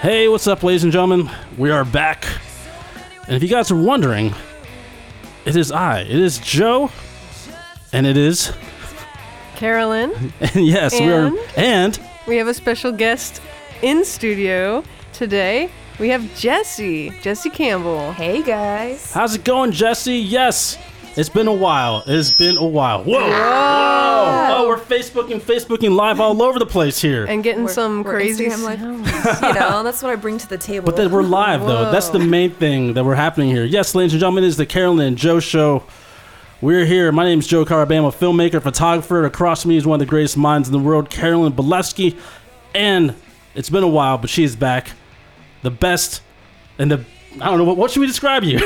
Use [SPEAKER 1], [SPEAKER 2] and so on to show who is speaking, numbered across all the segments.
[SPEAKER 1] Hey, what's up, ladies and gentlemen? We are back. And if you guys are wondering, it is I. It is Joe. And it is.
[SPEAKER 2] Carolyn,
[SPEAKER 1] And yes, we are.
[SPEAKER 2] And?
[SPEAKER 1] And
[SPEAKER 2] we have a special guest in studio today. We have Jesse, Jesse Campbell.
[SPEAKER 3] Hey guys.
[SPEAKER 1] how's it going, Jesse? Yes, it's been a while. It has been a while. Whoa! Whoa! Oh, we're Facebooking, Facebooking live all over the place here.
[SPEAKER 2] And getting
[SPEAKER 3] We're-
[SPEAKER 2] some
[SPEAKER 3] we're
[SPEAKER 2] crazy.
[SPEAKER 3] Instagram live. you know, that's what I bring to the table.
[SPEAKER 1] But that we're live though. That's the main thing that we're happening here. Yes, ladies and gentlemen, it is the Carolyn and Joe show. We're here. My name is Joe Carabama, filmmaker, photographer. Across from me is one of the greatest minds in the world, Carolyn Bolesky. And it's been a while, but she is back. The best and the I don't know what, what should we describe you,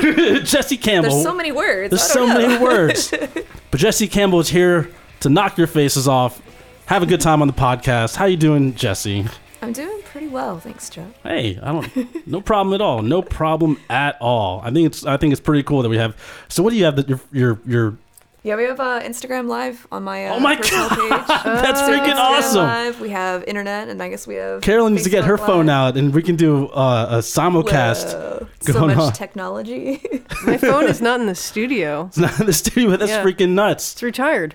[SPEAKER 1] Jesse Campbell.
[SPEAKER 3] There's so many words.
[SPEAKER 1] There's
[SPEAKER 3] I
[SPEAKER 1] so
[SPEAKER 3] don't know.
[SPEAKER 1] many words. But Jesse Campbell is here to knock your faces off. Have a good time on the podcast. How you doing, Jesse?
[SPEAKER 3] I'm doing pretty well, thanks, Joe.
[SPEAKER 1] Hey, I don't. No problem at all. No problem at all. I think it's. I think it's pretty cool that we have. So, what do you have? That your your your.
[SPEAKER 3] Yeah, we have uh, Instagram Live on my uh,
[SPEAKER 1] Oh my
[SPEAKER 3] personal page. Oh, So
[SPEAKER 1] That's freaking
[SPEAKER 3] Instagram
[SPEAKER 1] awesome.
[SPEAKER 3] Live. We have internet, and I guess we have.
[SPEAKER 1] Carolyn needs to get her
[SPEAKER 3] Facebook
[SPEAKER 1] phone
[SPEAKER 3] Live.
[SPEAKER 1] out, and we can do uh, a simulcast.
[SPEAKER 3] Whoa,
[SPEAKER 1] going
[SPEAKER 3] So much
[SPEAKER 1] on.
[SPEAKER 3] technology.
[SPEAKER 2] My phone is not in the studio.
[SPEAKER 1] It's not in the studio. That's
[SPEAKER 2] Yeah.
[SPEAKER 1] freaking nuts.
[SPEAKER 2] It's retired.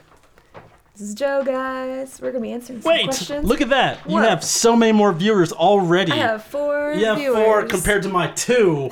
[SPEAKER 3] this is Joe, guys. We're gonna be answering some
[SPEAKER 1] Wait,
[SPEAKER 3] questions.
[SPEAKER 1] look at that. You
[SPEAKER 3] What?
[SPEAKER 1] have so many more viewers already.
[SPEAKER 3] I have four.
[SPEAKER 1] you have
[SPEAKER 3] viewers.
[SPEAKER 1] four compared to my two.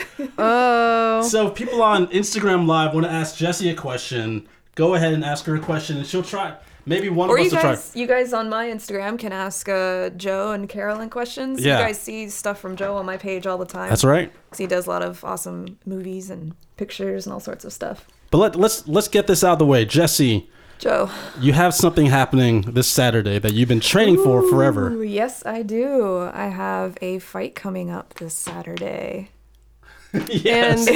[SPEAKER 2] Oh.
[SPEAKER 1] so, if people on Instagram Live want to ask Jesse a question, go ahead and ask her a question, and she'll try. Maybe one
[SPEAKER 3] Or
[SPEAKER 1] of
[SPEAKER 3] you
[SPEAKER 1] us will try.
[SPEAKER 3] guys, you guys on my Instagram can ask uh, Joe and Carolyn questions.
[SPEAKER 1] Yeah.
[SPEAKER 3] You guys see stuff from Joe on my page all the time.
[SPEAKER 1] That's right.
[SPEAKER 3] 'Cause he does a lot of awesome movies and pictures and all sorts of stuff.
[SPEAKER 1] But let, let's let's get this out of the way, Jesse.
[SPEAKER 3] Joe.
[SPEAKER 1] You have something happening this Saturday that you've been training for forever.
[SPEAKER 3] Ooh, yes, I do. I have a fight coming up this Saturday.
[SPEAKER 1] yes.
[SPEAKER 2] And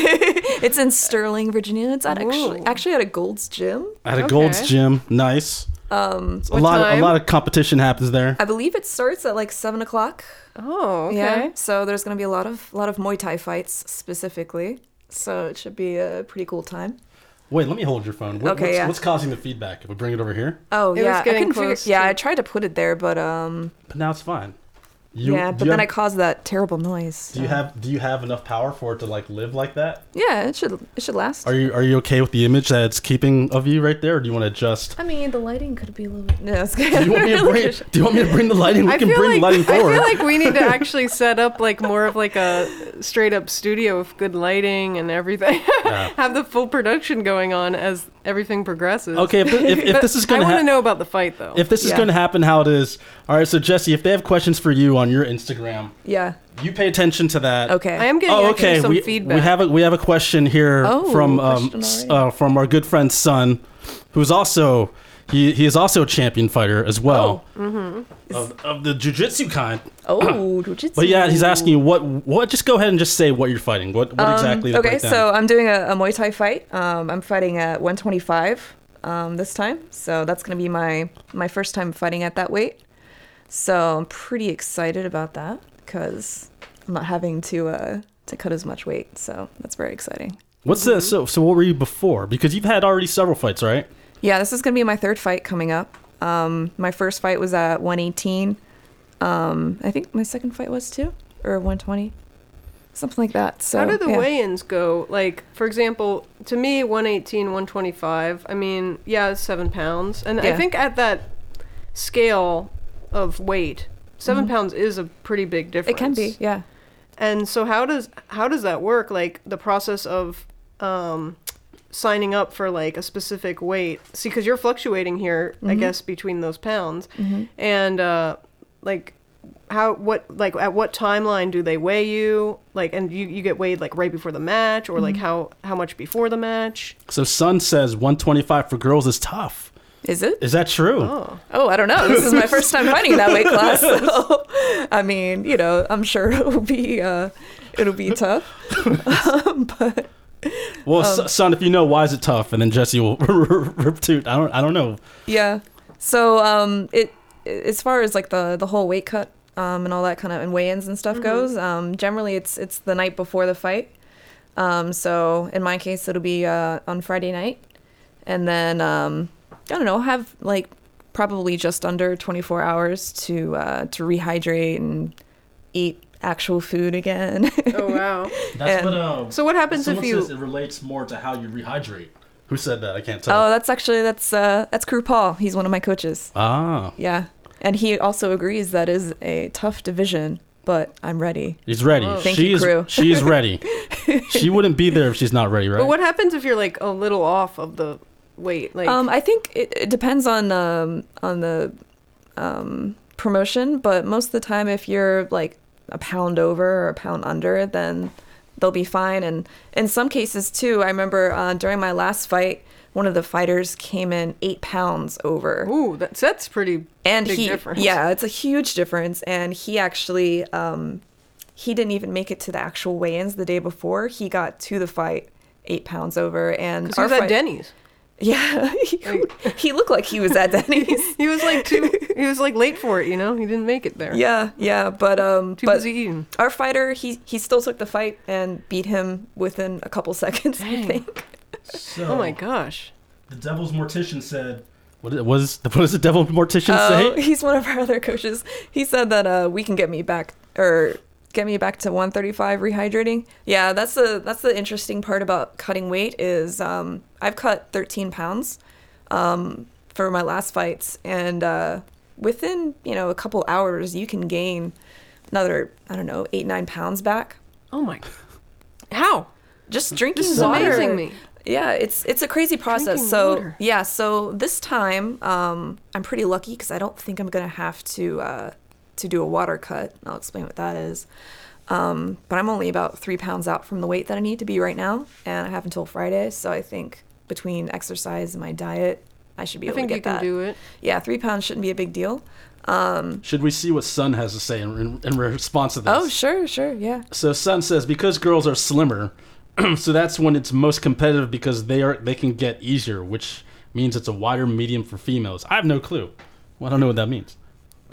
[SPEAKER 3] It's in Sterling, Virginia. It's at actually
[SPEAKER 2] Ooh.
[SPEAKER 3] actually at a Gold's Gym.
[SPEAKER 1] At a Gold's
[SPEAKER 2] Okay.
[SPEAKER 1] Gym. Nice.
[SPEAKER 3] Um,
[SPEAKER 1] a
[SPEAKER 2] What
[SPEAKER 1] lot of, a
[SPEAKER 2] time?
[SPEAKER 1] lot of competition happens there.
[SPEAKER 3] I believe it starts at like seven o'clock.
[SPEAKER 2] oh, okay.
[SPEAKER 3] Yeah. So there's gonna be a lot of lot of Muay Thai fights specifically. So it should be a pretty cool time.
[SPEAKER 1] Wait, let me hold your phone. What,
[SPEAKER 3] Okay,
[SPEAKER 1] what's,
[SPEAKER 3] yeah.
[SPEAKER 1] what's causing the feedback? If we bring it over here,
[SPEAKER 3] Oh
[SPEAKER 2] It was
[SPEAKER 3] yeah, I
[SPEAKER 2] getting
[SPEAKER 3] couldn't figure-
[SPEAKER 2] close
[SPEAKER 3] yeah,
[SPEAKER 2] to-
[SPEAKER 3] I tried to put it there, but um,
[SPEAKER 1] but now it's fine. You,
[SPEAKER 3] yeah,
[SPEAKER 1] do
[SPEAKER 3] but
[SPEAKER 1] you
[SPEAKER 3] then I
[SPEAKER 1] have-
[SPEAKER 3] caused that terrible noise.
[SPEAKER 1] Do you
[SPEAKER 3] so-
[SPEAKER 1] have Do you have enough power for it to like live like that?
[SPEAKER 3] Yeah, it should it should last.
[SPEAKER 1] Are you Are you okay with the image that it's keeping of you right there, or do you want to adjust?
[SPEAKER 3] I mean, the lighting could be a little bit. No, it's
[SPEAKER 1] Do
[SPEAKER 3] good.
[SPEAKER 1] you want me to bring Do you want me to bring the lighting? We
[SPEAKER 2] I
[SPEAKER 1] can
[SPEAKER 2] feel
[SPEAKER 1] bring
[SPEAKER 2] like
[SPEAKER 1] the lighting forward.
[SPEAKER 2] I feel like we need to actually set up like more of like a straight up studio with good lighting and everything.
[SPEAKER 1] Yeah.
[SPEAKER 2] Have the full production going on as everything progresses.
[SPEAKER 1] okay, if, if, if
[SPEAKER 2] But
[SPEAKER 1] this is going
[SPEAKER 2] I want
[SPEAKER 1] happen.
[SPEAKER 2] to know about the fight though.
[SPEAKER 1] If this is
[SPEAKER 3] Yeah.
[SPEAKER 1] going to happen, how it is. All right, so Jesse, if they have questions for you on your Instagram,
[SPEAKER 3] yeah.
[SPEAKER 1] you pay attention to that.
[SPEAKER 3] Okay.
[SPEAKER 2] I am getting
[SPEAKER 1] Oh,
[SPEAKER 2] actually
[SPEAKER 1] okay.
[SPEAKER 2] some
[SPEAKER 1] We,
[SPEAKER 2] feedback.
[SPEAKER 1] we have a we have a question here
[SPEAKER 3] Oh,
[SPEAKER 1] from um,
[SPEAKER 3] question
[SPEAKER 1] s-
[SPEAKER 3] already.
[SPEAKER 1] uh, from our good friend Son, who's also he, he is also a champion fighter as well
[SPEAKER 3] mm-hmm.
[SPEAKER 1] of, of the jujitsu kind.
[SPEAKER 3] Oh, jujitsu.
[SPEAKER 1] But yeah, he's asking what what. Just go ahead and just say what you're fighting. What what exactly? The
[SPEAKER 3] Um, okay,
[SPEAKER 1] breakdown.
[SPEAKER 3] so I'm doing a, a Muay Thai fight. Um, I'm fighting at 125 um, this time, so that's gonna be my my first time fighting at that weight. So I'm pretty excited about that because I'm not having to uh, to cut as much weight. So that's very exciting.
[SPEAKER 1] what's
[SPEAKER 3] Mm-hmm.
[SPEAKER 1] the so so what were you before? Because you've had already several fights, right?
[SPEAKER 3] Yeah, this is gonna be my third fight coming up. Um, my first fight was at 118. Um, I think my second fight was too, or 120, something like that. So
[SPEAKER 2] How do the
[SPEAKER 3] yeah.
[SPEAKER 2] weigh-ins go? Like, for example, to me, 118, 125. I mean, yeah, it's seven pounds, and I
[SPEAKER 3] Yeah.
[SPEAKER 2] think at that scale of weight, 7 pounds is a pretty big difference.
[SPEAKER 3] Mm-hmm. It can be, yeah.
[SPEAKER 2] And so, how does how does that work? Like the process of um, signing up for like a specific weight. See, because you're fluctuating here, I
[SPEAKER 3] Mm-hmm.
[SPEAKER 2] guess, between those pounds, and uh, like how what like at what timeline do they weigh you? Like, and you you get weighed like right before the match, or like
[SPEAKER 3] Mm-hmm.
[SPEAKER 2] how how much before the match?
[SPEAKER 1] So Son says 125 for girls is tough.
[SPEAKER 3] Is it?
[SPEAKER 1] Is that true?
[SPEAKER 2] Oh,
[SPEAKER 3] Oh, I don't know. This is my first time fighting that weight class. So, I mean, you know, I'm sure it'll be uh, it'll be tough. Um, but
[SPEAKER 1] Well, s son, if you know why is it tough, and then Jesse will rip toot. I don't. I don't know.
[SPEAKER 3] yeah. So um, it as far as like the the whole weight cut um, and all that kind of and weigh-ins and stuff goes. Um, generally, it's it's the night before the fight. Um, so in my case, it'll be uh, on Friday night, and then um, I don't know, have like probably just under 24 hours to uh, to rehydrate and eat actual food again.
[SPEAKER 2] Oh wow.
[SPEAKER 1] That's
[SPEAKER 3] And-
[SPEAKER 1] what. Um,
[SPEAKER 2] So what happens if
[SPEAKER 1] someone
[SPEAKER 2] you?
[SPEAKER 1] says it relates more to how you rehydrate. Who said that? I can't tell.
[SPEAKER 3] oh, that's actually that's uh, that's crew Paul. He's one of my coaches.
[SPEAKER 1] ah,
[SPEAKER 3] Yeah, and he also agrees that is a tough division, but I'm ready.
[SPEAKER 1] he's ready.
[SPEAKER 2] Whoa.
[SPEAKER 3] Thank you,
[SPEAKER 1] she's
[SPEAKER 3] crew.
[SPEAKER 1] she's ready. she wouldn't be there if she's not ready, right?
[SPEAKER 2] But what happens if you're like a little off of the weight? Like
[SPEAKER 3] Um, I think it, it depends on um, on the um, promotion, but most of the time, if you're like a pound over or a pound under, then they'll be fine. And in some cases too, I remember uh, during my last fight, one of the fighters came in eight pounds over.
[SPEAKER 2] ooh, that's that's pretty
[SPEAKER 3] and
[SPEAKER 2] big
[SPEAKER 3] he
[SPEAKER 2] difference.
[SPEAKER 3] yeah it's a huge difference and he actually um he didn't even make it to the actual weigh-ins the day before he got to the fight eight pounds over and
[SPEAKER 2] 'Cause he was at
[SPEAKER 3] fight-
[SPEAKER 2] Denny's.
[SPEAKER 3] yeah he, he looked like he was at denny's
[SPEAKER 2] He was like too. he was like late for it. You know, he didn't make it there.
[SPEAKER 3] yeah yeah but um
[SPEAKER 2] Too
[SPEAKER 3] but
[SPEAKER 2] busy eating.
[SPEAKER 3] our fighter he he still took the fight and beat him within a couple seconds
[SPEAKER 2] Dang.
[SPEAKER 3] i think
[SPEAKER 1] So,
[SPEAKER 2] Oh my gosh.
[SPEAKER 1] The devil's mortician said. What is- what is what does the devil mortician
[SPEAKER 3] Uh,
[SPEAKER 1] say?
[SPEAKER 3] he's one of our other coaches. He said that uh, we can get me back or get me back to 135 rehydrating. Yeah, that's the that's the interesting part about cutting weight is um, I've cut 13 pounds um, for my last fights, and uh, within you know a couple hours you can gain another I don't know eight nine pounds back
[SPEAKER 2] Oh my. How?
[SPEAKER 3] just drinking
[SPEAKER 2] This is
[SPEAKER 3] water.
[SPEAKER 2] amazing me.
[SPEAKER 3] Yeah, it's it's a crazy process.
[SPEAKER 2] Drinking
[SPEAKER 3] so
[SPEAKER 2] water.
[SPEAKER 3] yeah, so this time um, I'm pretty lucky because I don't think I'm gonna have to uh, to do a water cut. I'll explain what that is. Um, but I'm only about three pounds out from the weight that I need to be right now, and I have until Friday. So I think between exercise and my diet, I should be
[SPEAKER 2] I
[SPEAKER 3] able to
[SPEAKER 2] think
[SPEAKER 3] get
[SPEAKER 2] you can
[SPEAKER 3] that.
[SPEAKER 2] do it.
[SPEAKER 3] Yeah, three pounds shouldn't be a big deal. Um,
[SPEAKER 1] Should we see what Sun has to say in, in, in response to this?
[SPEAKER 3] oh sure, sure, yeah.
[SPEAKER 1] So Sun says because girls are slimmer, so that's when it's most competitive because they are they can get easier, which means it's a wider medium for females. I have no clue. Well, I don't know what that means.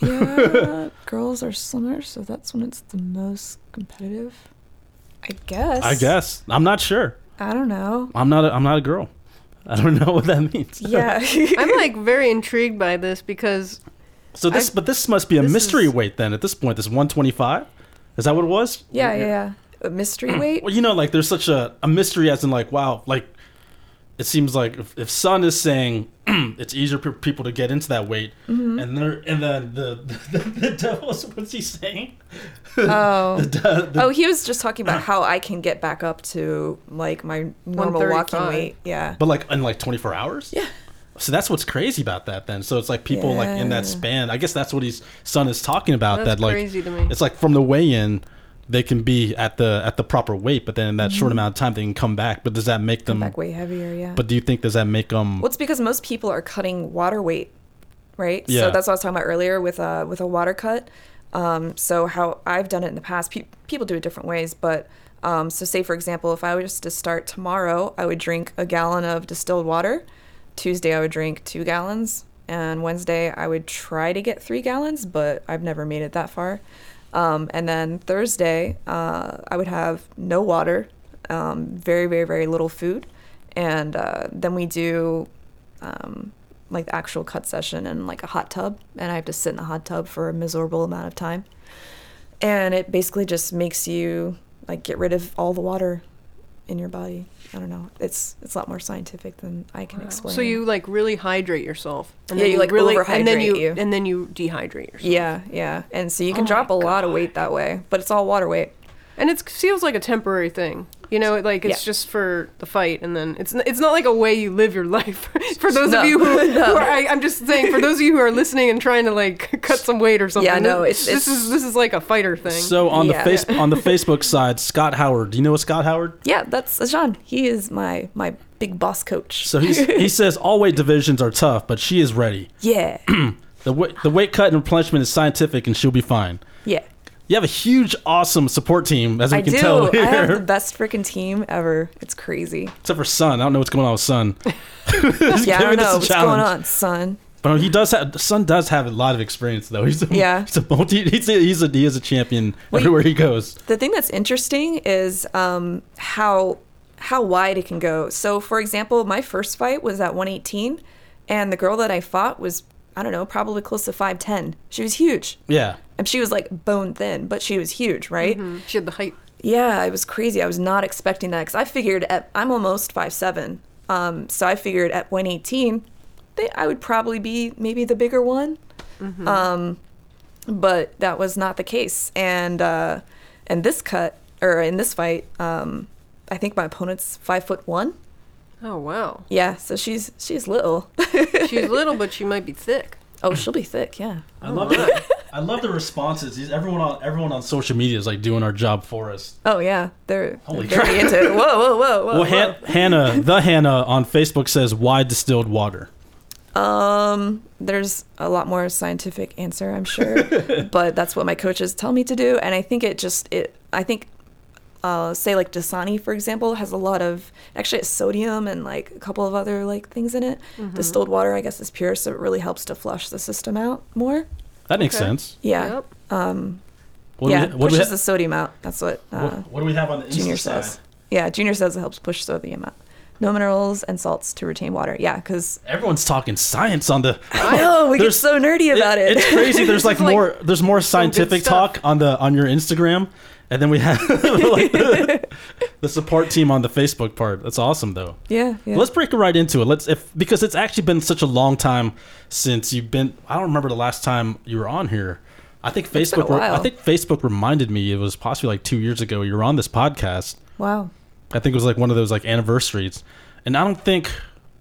[SPEAKER 3] Yeah, girls are slimmer, so that's when it's the most competitive. I guess.
[SPEAKER 1] I guess I'm not sure.
[SPEAKER 3] I don't know.
[SPEAKER 1] I'm not. A, I'm not a girl. I don't know what that means.
[SPEAKER 3] Yeah.
[SPEAKER 2] I'm like very intrigued by this because
[SPEAKER 1] So this, but this must be a
[SPEAKER 2] this
[SPEAKER 1] mystery
[SPEAKER 2] is-
[SPEAKER 1] weight then. At this point, this 125. Is that what it was?
[SPEAKER 3] yeah, yeah, yeah. A mystery weight?
[SPEAKER 1] Well, you know, like there's such a, a mystery as in like wow, like it seems like if, if Sun is saying it's easier for people to get into that weight, and they're and then the the, the, devil's what's he saying?
[SPEAKER 3] Oh.
[SPEAKER 1] The, the-
[SPEAKER 3] Oh, he was just talking about how I can get back up to like my normal walking
[SPEAKER 2] 135.
[SPEAKER 3] weight. Yeah.
[SPEAKER 1] but like in like 24 hours.
[SPEAKER 3] Yeah.
[SPEAKER 1] So that's what's crazy about that then. So it's like people like in that
[SPEAKER 3] Yeah.
[SPEAKER 1] span. I guess that's what his son is talking about. that
[SPEAKER 2] That's
[SPEAKER 1] like
[SPEAKER 2] crazy to me.
[SPEAKER 1] it's like from the weigh in, they can be at the at the proper weight, but then in that short amount of time they can come back. But does that make them?
[SPEAKER 3] Back way heavier, yeah.
[SPEAKER 1] But do you think does that make them?
[SPEAKER 3] well, it's because most people are cutting water weight, right?
[SPEAKER 1] Yeah.
[SPEAKER 3] So that's what I was talking about earlier with a with a water cut. Um, so how I've done it in the past, pe- people do it different ways, but um, so say for example, if I was to start tomorrow, I would drink a gallon of distilled water. Tuesday, I would drink two gallons, and Wednesday, I would try to get three gallons, but I've never made it that far. Um, and then Thursday, uh, I would have no water, um, very, very, very little food, and uh, then we do um, like the actual cut session and like a hot tub, and I have to sit in the hot tub for a miserable amount of time, and it basically just makes you like get rid of all the water in your body. I don't know. It's it's a lot more scientific than I can explain.
[SPEAKER 2] so you like really hydrate yourself. And
[SPEAKER 3] Yeah,
[SPEAKER 2] then
[SPEAKER 3] you, like,
[SPEAKER 2] and then
[SPEAKER 3] overhydrate
[SPEAKER 2] you,
[SPEAKER 3] you.
[SPEAKER 2] and then you dehydrate yourself.
[SPEAKER 3] yeah yeah, and so you
[SPEAKER 2] Oh
[SPEAKER 3] can
[SPEAKER 2] my
[SPEAKER 3] drop a lot of weight that way, but it's all water weight.
[SPEAKER 2] And it feels like a temporary thing. You know, it, like it's
[SPEAKER 3] Yeah.
[SPEAKER 2] just for the fight, and then it's n- it's not like a way you live your life. for those
[SPEAKER 3] No.
[SPEAKER 2] of you who, who are, I, I'm just saying, for those of you who are listening and trying to like cut some weight or something.
[SPEAKER 3] Yeah, no,
[SPEAKER 2] this,
[SPEAKER 3] it's-
[SPEAKER 2] this is this is like a fighter thing.
[SPEAKER 1] so on
[SPEAKER 3] Yeah.
[SPEAKER 1] the face on the Facebook side, Scott Howard. Do you know what Scott Howard?
[SPEAKER 3] Yeah, that's Ajahn. He is my my big boss coach.
[SPEAKER 1] So he's, he says all weight divisions are tough, but she is ready.
[SPEAKER 3] yeah,
[SPEAKER 1] The weight the weight cut and replenishment is scientific, and she'll be fine.
[SPEAKER 3] yeah.
[SPEAKER 1] You have a huge, awesome support team, as we
[SPEAKER 3] I
[SPEAKER 1] can
[SPEAKER 3] do.
[SPEAKER 1] tell here.
[SPEAKER 3] I have the best freaking team ever. It's crazy.
[SPEAKER 1] Except for Sun. I don't know what's going on with Sun.
[SPEAKER 3] yeah, I
[SPEAKER 1] giving
[SPEAKER 3] don't
[SPEAKER 1] us
[SPEAKER 3] know
[SPEAKER 1] a
[SPEAKER 3] what's
[SPEAKER 1] challenge.
[SPEAKER 3] going on, son.
[SPEAKER 1] But he does have Sun does have a lot of experience though. He's a,
[SPEAKER 3] Yeah.
[SPEAKER 1] He's a multi. He's a, he's a he is a champion
[SPEAKER 3] Well,
[SPEAKER 1] everywhere he goes.
[SPEAKER 3] The thing that's interesting is um, how how wide it can go. So, for example, my first fight was at 118, and the girl that I fought was I don't know, probably close to 5'10. She was huge.
[SPEAKER 1] Yeah.
[SPEAKER 3] and she was like bone thin, but she was huge, right?
[SPEAKER 2] Hmm. She had the height.
[SPEAKER 3] Yeah, it was crazy. I was not expecting that 'cause I figured at I'm almost five seven, um, so I figured at 118, they, I would probably be maybe the bigger one,
[SPEAKER 1] Mm-hmm.
[SPEAKER 3] um, but that was not the case. And uh, and this cut or in this fight, um, I think my opponent's five foot one.
[SPEAKER 2] Oh wow.
[SPEAKER 3] Yeah, so she's she's little.
[SPEAKER 2] She's little, but she might be thick.
[SPEAKER 3] oh, she'll be thick. Yeah.
[SPEAKER 1] I love it. I love the responses. These- Everyone on everyone on social media is like doing our job for us.
[SPEAKER 3] Oh yeah, they're, they're
[SPEAKER 1] Holy
[SPEAKER 3] very
[SPEAKER 1] crap.
[SPEAKER 3] into it. Whoa, whoa, whoa, whoa.
[SPEAKER 1] Well, Han- Hannah, the Hannah on Facebook says, "Why distilled water?"
[SPEAKER 3] whoa. Um, there's a lot more scientific answer, I'm sure, but that's what my coaches tell me to do, and I think it just it. I think, uh, say like Dasani for example has a lot of actually it's sodium and like a couple of other like things in it.
[SPEAKER 1] Mm-hmm.
[SPEAKER 3] Distilled water, I guess, is pure, so it really helps to flush the system out more.
[SPEAKER 1] That makes
[SPEAKER 2] Okay.
[SPEAKER 1] sense.
[SPEAKER 3] Yeah.
[SPEAKER 2] Yep.
[SPEAKER 3] Um.
[SPEAKER 1] What
[SPEAKER 3] yeah.
[SPEAKER 1] do we, what, do
[SPEAKER 3] pushes
[SPEAKER 1] we
[SPEAKER 3] the sodium out. That's what. Uh,
[SPEAKER 1] what, what do we have on the Insta
[SPEAKER 3] Junior
[SPEAKER 1] side?
[SPEAKER 3] says. Yeah, Junior says it helps push sodium out. No minerals and salts to retain water. Yeah, because
[SPEAKER 1] Everyone's talking science on the.
[SPEAKER 3] I know we
[SPEAKER 1] There's-
[SPEAKER 3] get so nerdy about it.
[SPEAKER 1] It's crazy. There's like
[SPEAKER 2] is like
[SPEAKER 1] more. there's more scientific
[SPEAKER 2] stuff.
[SPEAKER 1] talk on the on your Instagram, and then we have like the, the support team on the Facebook part. That's awesome though.
[SPEAKER 3] yeah, yeah.
[SPEAKER 1] Let's break right into it. Let's if because it's actually been such a long time since you've been. I don't remember the last time you were on here. I think
[SPEAKER 3] been a
[SPEAKER 1] Facebook. re- I
[SPEAKER 3] while.
[SPEAKER 1] think Facebook reminded me it was possibly like two years ago. You were on this podcast.
[SPEAKER 3] wow.
[SPEAKER 1] I think it was like one of those like anniversaries, and I don't think.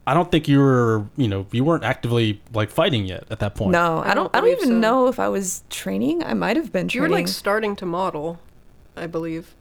[SPEAKER 1] I don't think you were, you know, you weren't actively like fighting yet at that point.
[SPEAKER 3] No, I don't.
[SPEAKER 2] I don't
[SPEAKER 3] I don't
[SPEAKER 2] believe
[SPEAKER 3] even
[SPEAKER 2] so.
[SPEAKER 3] know if I was training. I might have been
[SPEAKER 2] You
[SPEAKER 3] training.
[SPEAKER 2] were like starting to model, I believe.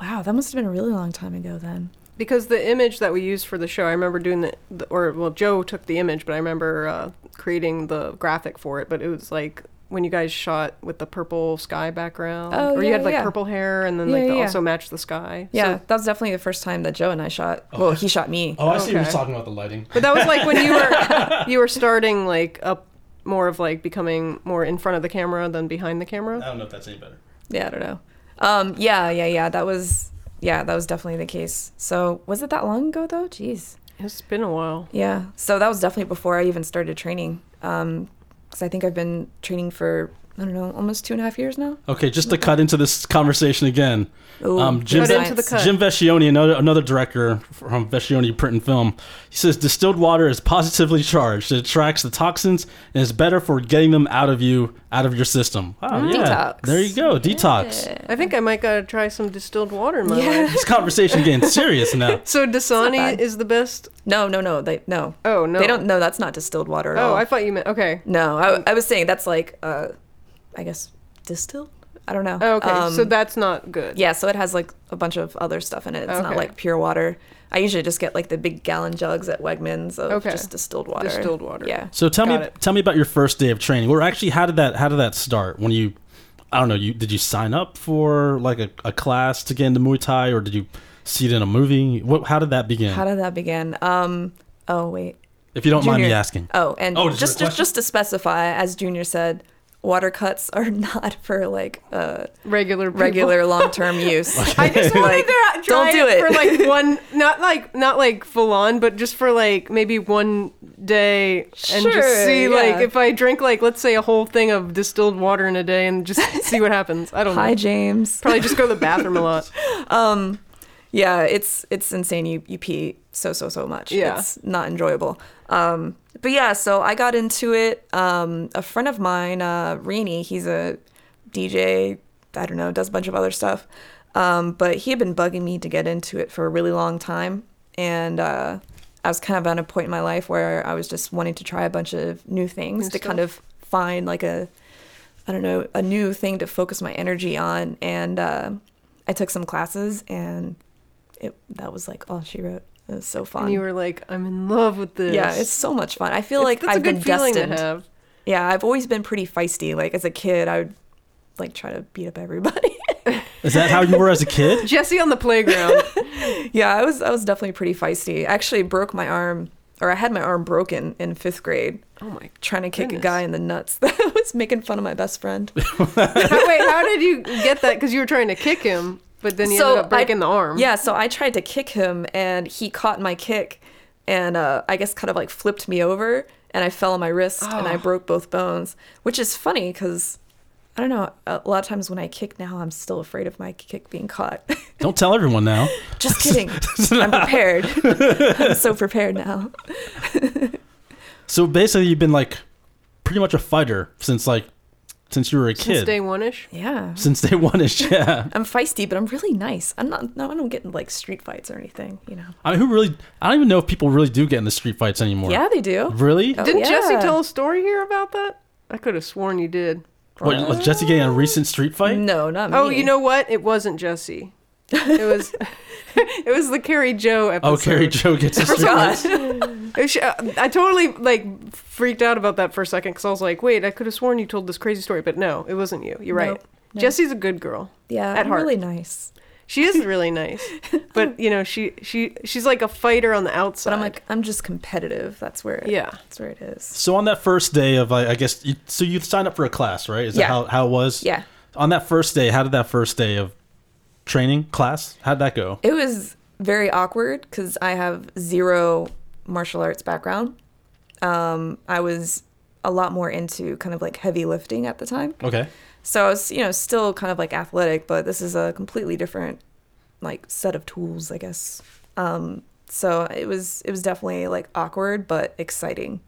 [SPEAKER 3] wow, that must have been a really long time ago then.
[SPEAKER 2] Because the image that we used for the show, I remember doing the, the or well, Joe took the image, but I remember uh, creating the graphic for it. But it was like when you guys shot with the purple sky background,
[SPEAKER 3] Oh,
[SPEAKER 2] or you
[SPEAKER 3] yeah,
[SPEAKER 2] had like
[SPEAKER 3] yeah.
[SPEAKER 2] purple hair, and then
[SPEAKER 3] Yeah,
[SPEAKER 2] like they
[SPEAKER 3] yeah, yeah.
[SPEAKER 2] also matched the sky. So-
[SPEAKER 3] Yeah, that was definitely the first time that Joe and I shot. Well, he shot me.
[SPEAKER 1] Oh, I see. We're
[SPEAKER 2] Okay.
[SPEAKER 1] talking about the lighting.
[SPEAKER 2] but that was like when you were you were starting like up more of like becoming more in front of the camera than behind the camera.
[SPEAKER 1] I don't know if that's any better.
[SPEAKER 3] Yeah, I don't know. Um, yeah, yeah, yeah. That was. Yeah, that was definitely the case. So was it that long ago though? Jeez.
[SPEAKER 2] It's been a while.
[SPEAKER 3] Yeah. So that was definitely before I even started training. Um 'cause because I think I've been training for I don't know, almost two and a half years now.
[SPEAKER 1] Okay, just to cut into this conversation again.
[SPEAKER 3] Ooh,
[SPEAKER 1] um, Jim,
[SPEAKER 2] Cut into the
[SPEAKER 3] science.
[SPEAKER 1] Jim
[SPEAKER 2] cut.
[SPEAKER 1] Vescione, another, another director from Vescione Print and Film, he says distilled water is positively charged. It attracts the toxins and is better for getting them out of you, out of your system. Oh, yeah.
[SPEAKER 3] Mm. Detox.
[SPEAKER 1] There you go, detox.
[SPEAKER 3] Yeah.
[SPEAKER 2] I think I might gotta try some distilled water in my
[SPEAKER 3] Yeah.
[SPEAKER 2] life.
[SPEAKER 1] This conversation getting serious now.
[SPEAKER 2] So Dasani
[SPEAKER 3] bad.
[SPEAKER 2] is the best.
[SPEAKER 3] No, no, no. They no.
[SPEAKER 2] Oh no,
[SPEAKER 3] They don't. No, that's not distilled water at
[SPEAKER 2] Oh,
[SPEAKER 3] all.
[SPEAKER 2] I thought you meant okay.
[SPEAKER 3] no, I, I was saying that's like, uh, I guess distilled. I don't know.
[SPEAKER 2] Oh, okay,
[SPEAKER 3] Um,
[SPEAKER 2] so that's not good.
[SPEAKER 3] yeah, so it has like a bunch of other stuff in it. It's not
[SPEAKER 2] Okay.
[SPEAKER 3] like pure water. I usually just get like the big gallon jugs at Wegmans of
[SPEAKER 2] Okay.
[SPEAKER 3] just distilled water.
[SPEAKER 2] Distilled water.
[SPEAKER 3] Yeah.
[SPEAKER 1] So tell
[SPEAKER 2] Got
[SPEAKER 1] me,
[SPEAKER 2] it.
[SPEAKER 1] tell me about your first day of training. Or actually, how did that, how did that start? When you, I don't know, you did you sign up for like a, a class to get into Muay Thai, or did you see it in a movie? What, how did that begin?
[SPEAKER 3] How did that begin? Um. Oh wait.
[SPEAKER 1] if you don't mind me
[SPEAKER 3] Junior-
[SPEAKER 1] asking.
[SPEAKER 3] Oh, and
[SPEAKER 1] Oh, is there a
[SPEAKER 3] just
[SPEAKER 1] question?
[SPEAKER 3] just just to specify, as Junior said, water cuts are not for like uh,
[SPEAKER 2] Regular people.
[SPEAKER 3] regular long term use.
[SPEAKER 2] I just want
[SPEAKER 3] Like,
[SPEAKER 2] to try
[SPEAKER 3] don't do
[SPEAKER 2] it,
[SPEAKER 3] it.
[SPEAKER 2] for like one, not like not like full on, but just for like maybe one day and
[SPEAKER 3] Sure,
[SPEAKER 2] just see
[SPEAKER 3] yeah.
[SPEAKER 2] like if I drink like let's say a whole thing of distilled water in a day and just see what happens. I don't
[SPEAKER 3] Hi,
[SPEAKER 2] know.
[SPEAKER 3] James.
[SPEAKER 2] Probably just go to the bathroom a lot.
[SPEAKER 3] Um, Yeah, it's it's insane. You you pee so so so much.
[SPEAKER 2] Yeah.
[SPEAKER 3] it's not enjoyable. Um, but yeah, so I got into it. Um, a friend of mine, uh, Rainey, he's a DJ. I don't know, does a bunch of other stuff. Um, but he had been bugging me to get into it for a really long time, and uh, I was kind of at a point in my life where I was just wanting to try a bunch of new things
[SPEAKER 2] New
[SPEAKER 3] to
[SPEAKER 2] stuff.
[SPEAKER 3] kind of find like a I don't know, a new thing to focus my energy on. And uh, I took some classes, and it that was like all she wrote. It was so fun.
[SPEAKER 2] And you were like, I'm in love with this.
[SPEAKER 3] yeah, it's so much fun. I feel
[SPEAKER 2] It's-
[SPEAKER 3] like
[SPEAKER 2] that's
[SPEAKER 3] I've
[SPEAKER 2] a good
[SPEAKER 3] been
[SPEAKER 2] feeling
[SPEAKER 3] destined.
[SPEAKER 2] to have.
[SPEAKER 3] Yeah, I've always been pretty feisty. Like as a kid, I would like try to beat up everybody.
[SPEAKER 1] Is that how you were as a kid?
[SPEAKER 2] Jesse on the playground.
[SPEAKER 3] yeah, I was I was definitely pretty feisty. I actually broke my arm, or I had my arm broken in fifth grade
[SPEAKER 2] oh my!
[SPEAKER 3] trying to kick a
[SPEAKER 2] Goodness.
[SPEAKER 3] guy in the nuts that was making fun of my best friend.
[SPEAKER 2] How, wait, how did you get that? Because you were trying to kick him, but then you ended up
[SPEAKER 3] I-
[SPEAKER 2] breaking the arm.
[SPEAKER 3] Yeah, so I tried to kick him and he caught my kick and uh, I guess kind of like
[SPEAKER 2] Oh.
[SPEAKER 3] flipped me over and I fell on my wrist and I broke both bones, which is funny because I don't know. A lot of times when I kick now, I'm still afraid of my kick being caught.
[SPEAKER 1] Don't tell everyone now.
[SPEAKER 3] Just kidding. I'm prepared. I'm so prepared now.
[SPEAKER 1] So basically, you've been like pretty much a fighter since like since you were a
[SPEAKER 2] Since
[SPEAKER 1] kid.
[SPEAKER 2] day one ish.
[SPEAKER 3] Yeah.
[SPEAKER 1] Since day one ish, yeah.
[SPEAKER 3] I'm feisty, but I'm really nice. I'm not. No, I don't get in like street fights or anything. You know.
[SPEAKER 1] I mean, who really? I don't even know if people really do get into street fights anymore.
[SPEAKER 3] Yeah, they do.
[SPEAKER 1] Really?
[SPEAKER 3] Oh,
[SPEAKER 2] Didn't Jesse
[SPEAKER 3] yeah.
[SPEAKER 2] tell a story here about that? I could have sworn you did.
[SPEAKER 1] What, was Jesse getting in a recent street fight?
[SPEAKER 3] No, not me.
[SPEAKER 2] Oh, you know what? It wasn't Jesse. It was it was the Carrie Joe episode.
[SPEAKER 1] Oh, Carrie Joe gets a street
[SPEAKER 3] God.
[SPEAKER 1] fight.
[SPEAKER 2] It sh- I totally like freaked out about that for a second because I was like, wait, I could have sworn you told this crazy story, but no, it wasn't you. You're right.
[SPEAKER 3] Nope, no.
[SPEAKER 2] Jesse's a good girl.
[SPEAKER 3] Yeah,
[SPEAKER 2] At
[SPEAKER 3] I'm
[SPEAKER 2] heart.
[SPEAKER 3] really nice.
[SPEAKER 2] She is really nice, but you know, she she she's like a fighter on the outside.
[SPEAKER 3] But I'm like, I'm just competitive. That's where. It,
[SPEAKER 2] Yeah.
[SPEAKER 3] That's where it is.
[SPEAKER 1] So on that first day of, I I guess, you, so you signed up for a class, right? Is that
[SPEAKER 3] Yeah.
[SPEAKER 1] how, how it was?
[SPEAKER 3] Yeah.
[SPEAKER 1] On that first day, how did that first day of training class? How'd that go?
[SPEAKER 3] It was very awkward because I have zero martial arts background. Um, I was a lot more into kind of like heavy lifting at the time.
[SPEAKER 1] Okay.
[SPEAKER 3] So I was, you know, still kind of like athletic, but this is a completely different like set of tools, I guess. Um, so it was it was definitely like awkward but exciting.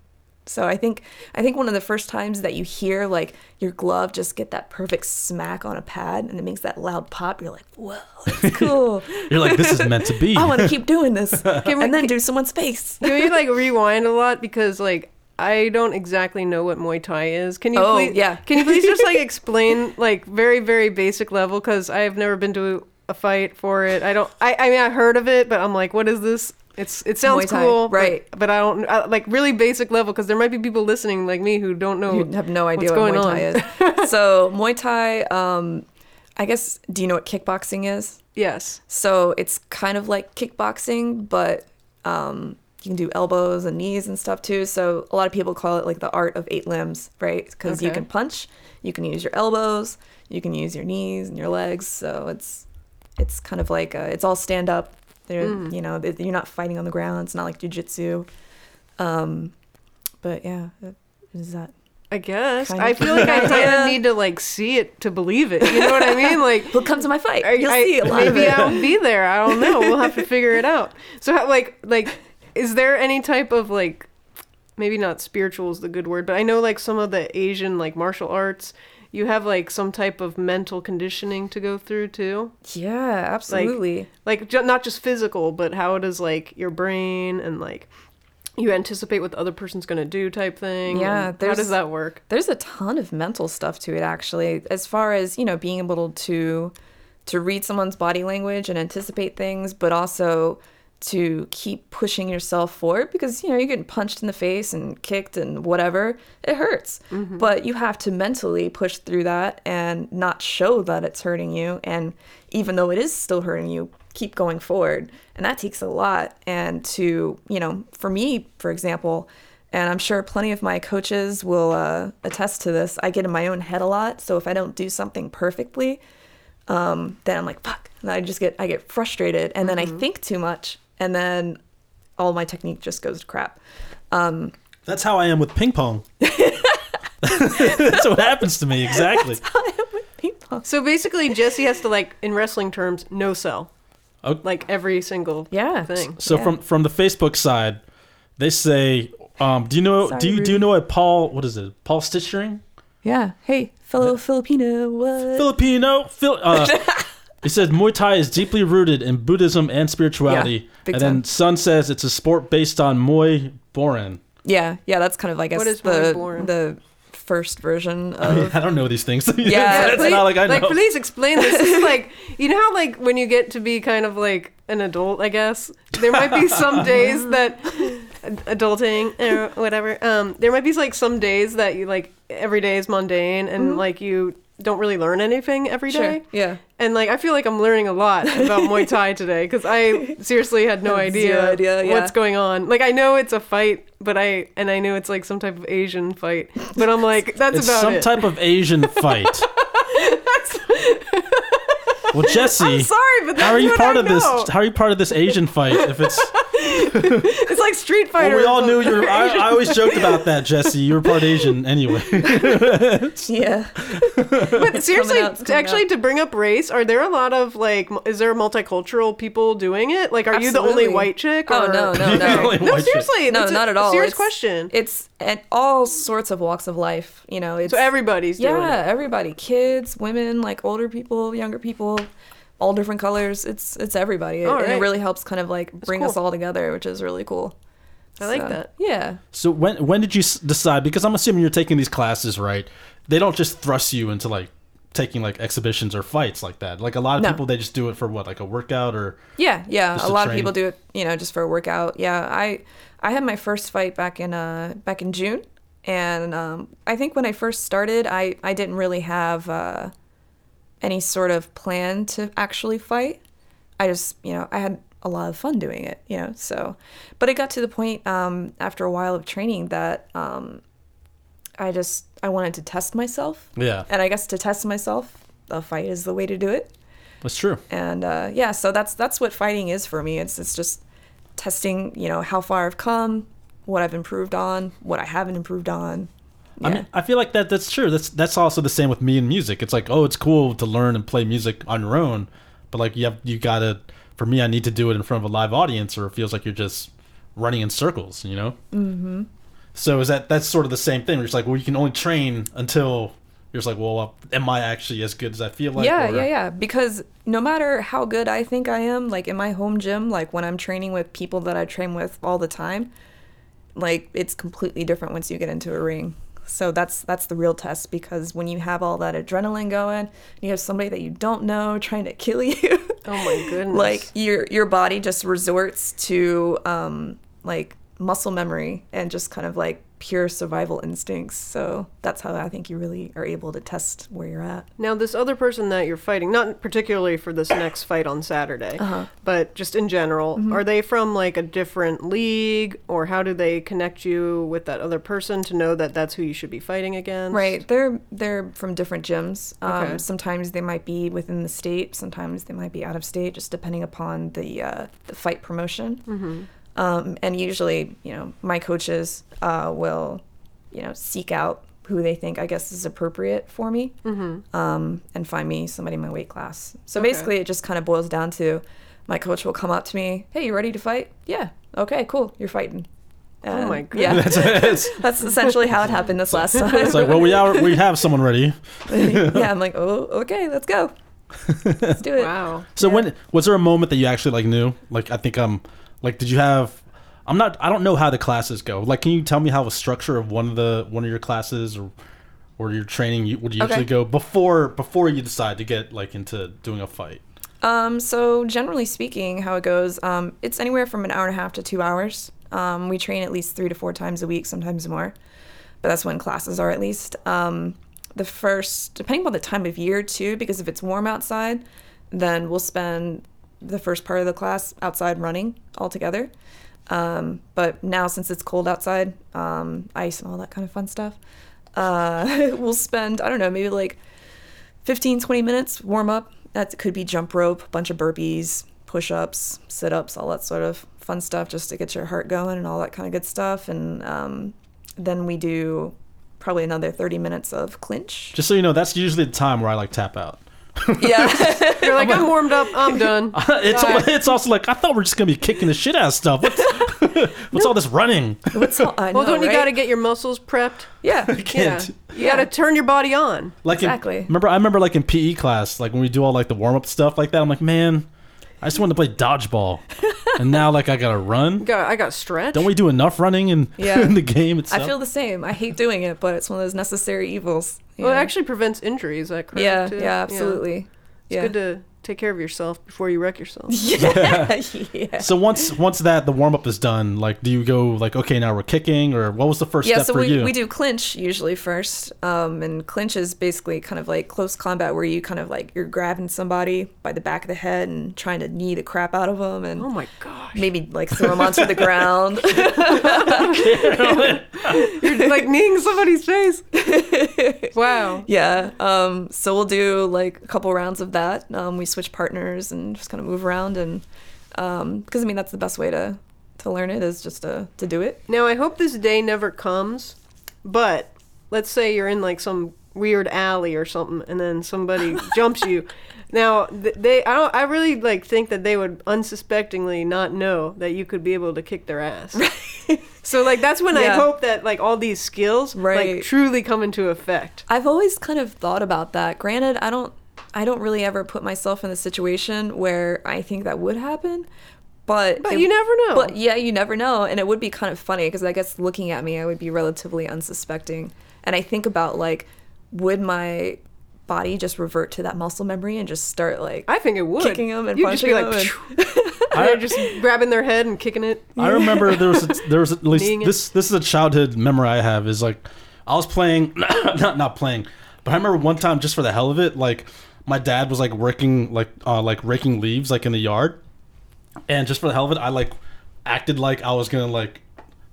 [SPEAKER 3] So I think I think one of the first times that you hear like your glove just get that perfect smack on a pad and it makes that loud pop, you're like, whoa, that's cool.
[SPEAKER 1] You're like, this is meant to be.
[SPEAKER 3] I want to keep doing this
[SPEAKER 2] we-
[SPEAKER 3] and then do someone's face.
[SPEAKER 2] Can we like rewind a lot because like I don't exactly know what Muay Thai is. Can you
[SPEAKER 3] Oh,
[SPEAKER 2] please
[SPEAKER 3] yeah.
[SPEAKER 2] Can you please just like explain like very very basic level because I have never been to a fight for it. I don't. I, I mean I heard of it, but I'm like, what is this? It's it sounds
[SPEAKER 3] Muay Thai,
[SPEAKER 2] cool, but-
[SPEAKER 3] right.
[SPEAKER 2] But, I don't I, like really basic level because there might be people listening like me who don't know.
[SPEAKER 3] You have no idea
[SPEAKER 2] what's
[SPEAKER 3] what
[SPEAKER 2] going
[SPEAKER 3] Muay Thai is. so Muay Thai, um, I guess. Do you know what kickboxing is?
[SPEAKER 2] Yes.
[SPEAKER 3] So it's kind of like kickboxing, but um, you can do elbows and knees and stuff too. So a lot of people call it like the art of eight limbs, right? Because you
[SPEAKER 2] Okay.
[SPEAKER 3] can punch, you can use your elbows, you can use your knees and your legs. So it's it's kind of like uh it's all stand up. They're,
[SPEAKER 2] Mm.
[SPEAKER 3] You know, they- you're not fighting on the ground. It's not like jujitsu. Um, but yeah, it is that.
[SPEAKER 2] I guess
[SPEAKER 3] Kind
[SPEAKER 2] I
[SPEAKER 3] of.
[SPEAKER 2] feel like I kind
[SPEAKER 3] Yeah.
[SPEAKER 2] of need to like see it to believe it. You know what I mean? Like
[SPEAKER 3] But come to my fight.
[SPEAKER 2] I-
[SPEAKER 3] You'll
[SPEAKER 2] I-
[SPEAKER 3] see a lot
[SPEAKER 2] maybe
[SPEAKER 3] of it.
[SPEAKER 2] I'll be there. I don't know. We'll have to figure it out. So, how, like, like, is there any type of like, maybe not spiritual is the good word, but I know like some of the Asian like martial arts, you have like some type of mental conditioning to go through too.
[SPEAKER 3] yeah, absolutely.
[SPEAKER 2] Like, ju- not just physical, but how does like your brain and like you anticipate what the other person's gonna do type thing.
[SPEAKER 3] Yeah,
[SPEAKER 2] and how
[SPEAKER 3] there's-
[SPEAKER 2] does that work?
[SPEAKER 3] there's a ton of mental stuff to it actually as far as you know being able to to read someone's body language and anticipate things but also to keep pushing yourself forward because you know you're getting punched in the face and kicked and whatever it hurts but you have to mentally push through that and not show that it's hurting you and even though it is still hurting you keep going forward and that takes a lot and to you know for me for example and I'm sure plenty of my coaches will uh, attest to this. I get in my own head a lot, so if I don't do something perfectly, um, then I'm like fuck, and I just get I get frustrated, and then I think too much, and then all my technique just goes to crap. Um,
[SPEAKER 1] That's how I am with ping pong. That's what happens to me, exactly.
[SPEAKER 3] ping pong.
[SPEAKER 2] So basically, Jesse has to like, in wrestling terms, no sell.
[SPEAKER 1] Okay.
[SPEAKER 2] Like every single
[SPEAKER 3] Yeah.
[SPEAKER 2] thing.
[SPEAKER 1] So
[SPEAKER 3] Yeah.
[SPEAKER 1] from from the Facebook side, they say, um, do you know
[SPEAKER 3] Sorry,
[SPEAKER 1] do you do you
[SPEAKER 3] Rudy.
[SPEAKER 1] know what Paul what is it? Paul Stitchering?
[SPEAKER 3] Yeah. Hey, fellow Filipino, what?
[SPEAKER 1] Filipino. Fil- uh, he says Muay Thai is deeply rooted in Buddhism and spirituality.
[SPEAKER 3] Yeah, big
[SPEAKER 1] and then
[SPEAKER 3] time.
[SPEAKER 1] Sun says it's a sport based on Muay Boran.
[SPEAKER 3] yeah, yeah. That's kind of I guess
[SPEAKER 2] What is
[SPEAKER 3] the
[SPEAKER 2] Moyborn?
[SPEAKER 3] the first version
[SPEAKER 1] I, mean,
[SPEAKER 3] of
[SPEAKER 1] I don't know these things.
[SPEAKER 3] Oh. Yeah,
[SPEAKER 1] it's
[SPEAKER 2] please,
[SPEAKER 1] not like I know.
[SPEAKER 2] please explain this. This is like you know how like when you get to be kind of like an adult, I guess there might be some days that adulting or whatever. Um, there might be like some days that you like every day is mundane and
[SPEAKER 1] Mm-hmm.
[SPEAKER 2] like you don't really learn anything every day.
[SPEAKER 3] sure. Yeah.
[SPEAKER 2] And like I feel like I'm learning a lot about Muay Thai today because I seriously had no
[SPEAKER 3] Had
[SPEAKER 2] idea,
[SPEAKER 3] zero idea, yeah.
[SPEAKER 2] what's going on. Like I know it's a fight, but I and I know it's like some type of Asian fight, but I'm like
[SPEAKER 1] it's
[SPEAKER 2] that's about
[SPEAKER 1] some
[SPEAKER 2] it.
[SPEAKER 1] type of Asian fight. well, Jesse,
[SPEAKER 2] I'm sorry, but that's
[SPEAKER 1] how are you
[SPEAKER 2] what
[SPEAKER 1] part
[SPEAKER 2] I
[SPEAKER 1] of this?
[SPEAKER 2] know.
[SPEAKER 1] How are you part of this Asian fight if it's
[SPEAKER 3] it's like Street Fighter.
[SPEAKER 1] Well, we
[SPEAKER 3] or
[SPEAKER 1] all knew
[SPEAKER 3] something.
[SPEAKER 1] you were. I, I always joked about that, Jesse. You were part Asian anyway.
[SPEAKER 3] Yeah.
[SPEAKER 2] But seriously,
[SPEAKER 3] out, it's coming
[SPEAKER 2] actually,
[SPEAKER 3] out.
[SPEAKER 2] to bring up race, are there a lot of like, m- is there multicultural people doing it? Like, are you the only
[SPEAKER 3] Absolutely.
[SPEAKER 2] white chick?
[SPEAKER 3] Oh,
[SPEAKER 2] or-
[SPEAKER 3] no, no,
[SPEAKER 1] You're the only
[SPEAKER 2] no,
[SPEAKER 1] white chick.
[SPEAKER 2] seriously,
[SPEAKER 3] No,
[SPEAKER 2] that's a-
[SPEAKER 3] not at
[SPEAKER 2] a
[SPEAKER 3] all.
[SPEAKER 2] serious
[SPEAKER 3] It's-
[SPEAKER 2] question.
[SPEAKER 3] It's at all sorts of walks of life. You know, it's
[SPEAKER 2] so everybody's doing
[SPEAKER 3] yeah,
[SPEAKER 2] it.
[SPEAKER 3] everybody, kids, women, like older people, younger people, all different colors. It's it's everybody,
[SPEAKER 2] All
[SPEAKER 3] and
[SPEAKER 2] right.
[SPEAKER 3] it really helps kind of like bring us
[SPEAKER 2] cool.
[SPEAKER 3] all together, which is really cool.
[SPEAKER 2] I like that.
[SPEAKER 3] Yeah.
[SPEAKER 1] So when when did you s- decide? Because I'm assuming you're taking these classes, right? They don't just thrust you into like taking like exhibitions or fights like that. Like a lot of
[SPEAKER 3] No.
[SPEAKER 1] people, they just do it for what, like a workout or
[SPEAKER 3] Yeah, yeah.
[SPEAKER 1] Just
[SPEAKER 3] a
[SPEAKER 1] to
[SPEAKER 3] lot
[SPEAKER 1] train.
[SPEAKER 3] of people do it, you know, just for a workout. Yeah, I I had my first fight back in uh back in June, and um, I think when I first started, I I didn't really have uh, any sort of plan to actually fight. I just you know I had a lot of fun doing it, you know. So, but it got to the point um, after a while of training that um, I just I wanted to test myself,
[SPEAKER 1] yeah,
[SPEAKER 3] and I guess to test myself, a fight is the way to do it
[SPEAKER 1] that's true.
[SPEAKER 3] and uh, yeah, so that's that's what fighting is for me. It's it's just testing, you know, how far I've come, what I've improved on, what I haven't improved on.
[SPEAKER 1] I
[SPEAKER 3] Yeah.
[SPEAKER 1] mean, I feel like that that's true. That's that's also the same with me and music. It's like, oh, it's cool to learn and play music on your own, but like you have you gotta. For me, I need to do it in front of a live audience, or it feels like you're just running in circles. You know. Mm-hmm. So is that that's sort of the same thing? Where it's like, well, you can only train until you're just like, well, am I actually as good as I feel like?
[SPEAKER 3] yeah,
[SPEAKER 1] or-
[SPEAKER 3] yeah, yeah. Because no matter how good I think I am, like in my home gym, like when I'm training with people that I train with all the time, like it's completely different once you get into a ring. So that's that's the real test because when you have all that adrenaline going, you have somebody that you don't know trying to kill you.
[SPEAKER 2] Oh my goodness.
[SPEAKER 3] like your your body just resorts to um like muscle memory and just kind of like pure survival instincts so that's how i think you really are able to test where you're at
[SPEAKER 2] now, this other person that you're fighting, not particularly for this next fight on Saturday,
[SPEAKER 3] Uh-huh.
[SPEAKER 2] but just in general,
[SPEAKER 3] Mm-hmm.
[SPEAKER 2] are they from like a different league, or how do they connect you with that other person to know that that's who you should be fighting against?
[SPEAKER 3] right they're they're from different gyms um,
[SPEAKER 2] Okay.
[SPEAKER 3] sometimes they might be within the state sometimes they might be out of state just depending upon the uh, the fight promotion
[SPEAKER 2] Mm-hmm.
[SPEAKER 3] um, and usually you know my coaches uh, will you know seek out who they think i guess is appropriate for me
[SPEAKER 2] Mm-hmm.
[SPEAKER 3] um, and find me somebody in my weight class so basically it just kind of boils down to my coach will come up to me hey you ready to fight yeah okay cool you're fighting
[SPEAKER 2] Oh my
[SPEAKER 3] And,
[SPEAKER 2] God.
[SPEAKER 3] yeah
[SPEAKER 1] it's,
[SPEAKER 3] that's essentially how it happened this last time
[SPEAKER 1] it's like, well, we are, we have someone ready.
[SPEAKER 3] yeah, I'm like, oh, okay, let's go. Let's do it.
[SPEAKER 2] Wow.
[SPEAKER 1] So when was there a moment that you actually like knew? Like, I think um, like, did you have? I'm not. I don't know how the classes go. Like, can you tell me how the structure of one of the one of your classes or or your training you, would you
[SPEAKER 3] Okay.
[SPEAKER 1] usually go before before you decide to get like into doing a fight?
[SPEAKER 3] Um, so generally speaking, how it goes, um, it's anywhere from an hour and a half to two hours. Um, we train at least three to four times a week, sometimes more, but that's when classes are at least. Um, the first, depending on the time of year too, because if it's warm outside, then we'll spend the first part of the class outside running altogether. Um, but now since it's cold outside, um, ice and all that kind of fun stuff, uh, we'll spend I don't know maybe like 15 20 minutes warm up that could be jump rope a bunch of burpees push-ups sit-ups all that sort of fun stuff just to get your heart going and all that kind of good stuff and um, then we do probably another 30 minutes of clinch
[SPEAKER 1] Just so you know, that's usually the time where I like tap out.
[SPEAKER 3] yeah
[SPEAKER 2] You're like, I'm warmed up. I'm done.
[SPEAKER 1] it's
[SPEAKER 2] Bye.
[SPEAKER 1] it's also like I thought we're just gonna be kicking the shit out of stuff. What's, what's all this running?
[SPEAKER 3] what's all, I
[SPEAKER 2] Well,
[SPEAKER 3] know,
[SPEAKER 2] don't you
[SPEAKER 3] right?
[SPEAKER 2] got to get your muscles prepped?
[SPEAKER 3] yeah
[SPEAKER 1] Can't.
[SPEAKER 2] Yeah. You got to turn your body on.
[SPEAKER 1] Like in-
[SPEAKER 3] Exactly.
[SPEAKER 1] remember, I remember like in PE class, like when we do all like the warm up stuff like that. I'm like, man, I just wanted to play dodgeball, and now like I gotta run.
[SPEAKER 2] Got, I got stretched.
[SPEAKER 1] Don't we do enough running in,
[SPEAKER 3] Yeah.
[SPEAKER 1] in the game itself?
[SPEAKER 3] I feel the same. I hate doing it, but it's one of those necessary evils.
[SPEAKER 2] Well, it
[SPEAKER 3] Yeah.
[SPEAKER 2] actually prevents injuries. Is that correct?
[SPEAKER 3] yeah,
[SPEAKER 2] too?
[SPEAKER 3] yeah, absolutely.
[SPEAKER 2] It's
[SPEAKER 3] Yeah,
[SPEAKER 2] good to take care of yourself before you wreck yourself.
[SPEAKER 3] yeah, yeah.
[SPEAKER 1] so once once that the warm up is done, like do you go like okay now we're kicking or what was the first
[SPEAKER 3] yeah
[SPEAKER 1] step
[SPEAKER 3] so
[SPEAKER 1] for
[SPEAKER 3] we,
[SPEAKER 1] you?
[SPEAKER 3] we do clinch usually first um, and clinch is basically kind of like close combat where you kind of like you're grabbing somebody by the back of the head and trying to knee the crap out of them and
[SPEAKER 2] Oh my gosh.
[SPEAKER 3] maybe like throw them onto the ground
[SPEAKER 2] You're like kneeing somebody's face. wow.
[SPEAKER 3] yeah um, so we'll do like a couple rounds of that um, we switch partners and just kind of move around and because i mean that's the best way to to to learn it is just to to do it.
[SPEAKER 2] Now, I hope this day never comes, but let's say you're in like some weird alley or something, and then somebody jumps you. Now, th- they, I don't, I really like think that they would unsuspectingly not know that you could be able to kick their ass. so, like, that's when I
[SPEAKER 3] Yeah.
[SPEAKER 2] hope that like all these skills like
[SPEAKER 3] Right.
[SPEAKER 2] truly come into effect.
[SPEAKER 3] I've always kind of thought about that. Granted, I don't I don't really ever put myself in the situation where I think that would happen, but
[SPEAKER 2] But you never know.
[SPEAKER 3] But yeah, you never know, and it would be kind of funny because I guess looking at me, I would be relatively unsuspecting, and I think about like, would my body just revert to that muscle memory and just start like
[SPEAKER 2] I think it would.
[SPEAKER 3] kicking them and
[SPEAKER 2] You'd just
[SPEAKER 3] punching
[SPEAKER 2] be like,
[SPEAKER 3] them? and-
[SPEAKER 2] and they're just grabbing their head and kicking it.
[SPEAKER 1] I remember there was a, there was at least
[SPEAKER 2] Being a-
[SPEAKER 1] this this is a childhood memory I have is like I was playing not not playing but I remember one time just for the hell of it like my dad was like working like uh, like raking leaves like in the yard and just for the hell of it I like acted like I was gonna like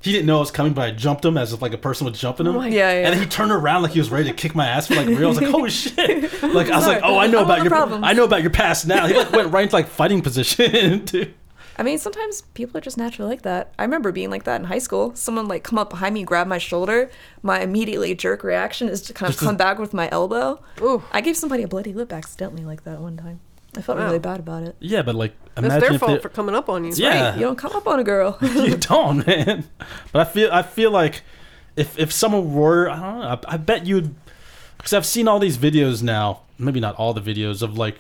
[SPEAKER 1] he didn't know I was coming but I jumped him as if like a person was jumping him
[SPEAKER 2] Oh my
[SPEAKER 3] Yeah, yeah.
[SPEAKER 1] and then he turned around like he was ready to kick my ass for like real I was like holy shit like I was like
[SPEAKER 3] Sorry.
[SPEAKER 1] oh I
[SPEAKER 3] I
[SPEAKER 1] know
[SPEAKER 3] don't
[SPEAKER 1] about
[SPEAKER 3] have
[SPEAKER 1] your
[SPEAKER 3] problems.
[SPEAKER 1] I know about your past now he like went right into like fighting position dude.
[SPEAKER 3] I mean, sometimes people are just naturally like that. I remember being like that in high school. Someone like come up behind me, grab my shoulder. My immediately jerk reaction is to kind of come back with my elbow.
[SPEAKER 2] Ooh.
[SPEAKER 3] I gave somebody a bloody lip accidentally like that one time. I felt
[SPEAKER 2] Wow.
[SPEAKER 3] really bad about it.
[SPEAKER 1] Yeah, but like
[SPEAKER 2] That's
[SPEAKER 1] imagine
[SPEAKER 2] their
[SPEAKER 1] if they-
[SPEAKER 2] fault for coming up on you.
[SPEAKER 1] yeah,
[SPEAKER 3] You don't come up on a girl.
[SPEAKER 1] you don't, man. But I feel I feel like if if someone were, I don't know, I, I bet you'd because I've seen all these videos now. Maybe not all the videos of like,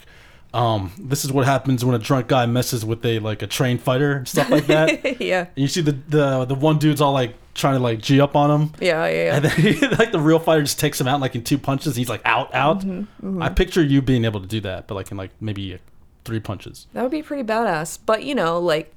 [SPEAKER 1] um, this is what happens when a drunk guy messes with a like a trained fighter and stuff like that. and
[SPEAKER 3] yeah.
[SPEAKER 1] you see the the the one dude's all like trying to like g up on him.
[SPEAKER 3] Yeah, yeah, yeah.
[SPEAKER 1] And then he, like the real fighter just takes him out like in two punches. And he's like out, out.
[SPEAKER 3] Mm-hmm,
[SPEAKER 1] I picture you being able to do that, but like in like maybe uh, three punches.
[SPEAKER 3] That would be pretty badass. But you know, like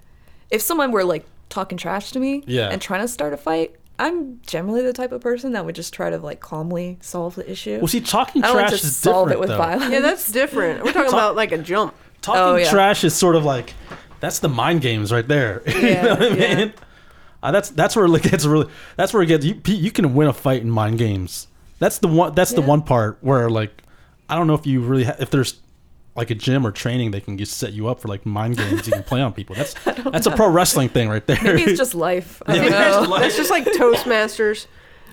[SPEAKER 3] if someone were like talking trash to me
[SPEAKER 1] Yeah.
[SPEAKER 3] and trying to start a fight, I'm generally the type of person that would just try to like calmly solve the issue.
[SPEAKER 1] Well, see, talking
[SPEAKER 3] I
[SPEAKER 1] trash
[SPEAKER 3] don't like to
[SPEAKER 1] is
[SPEAKER 3] solve
[SPEAKER 1] different,
[SPEAKER 3] it with
[SPEAKER 1] though.
[SPEAKER 3] violence.
[SPEAKER 2] Yeah, that's different. We're talking about like a jump.
[SPEAKER 1] talking
[SPEAKER 3] Oh, yeah.
[SPEAKER 1] trash is sort of like that's the mind games right there. you
[SPEAKER 3] Yeah,
[SPEAKER 1] know what I
[SPEAKER 3] yeah.
[SPEAKER 1] mean? Uh, that's that's where it gets really that's where it gets you Pete, you can win a fight in mind games. That's the one that's the
[SPEAKER 3] Yeah.
[SPEAKER 1] one part where like I don't know if you really ha- if there's like a gym or training they can just set you up for like mind games you can play on people. That's that's a pro wrestling thing right there.
[SPEAKER 3] Maybe it's just life. I don't
[SPEAKER 1] Maybe it's
[SPEAKER 3] know.
[SPEAKER 1] just life.
[SPEAKER 2] That's just like Toastmasters.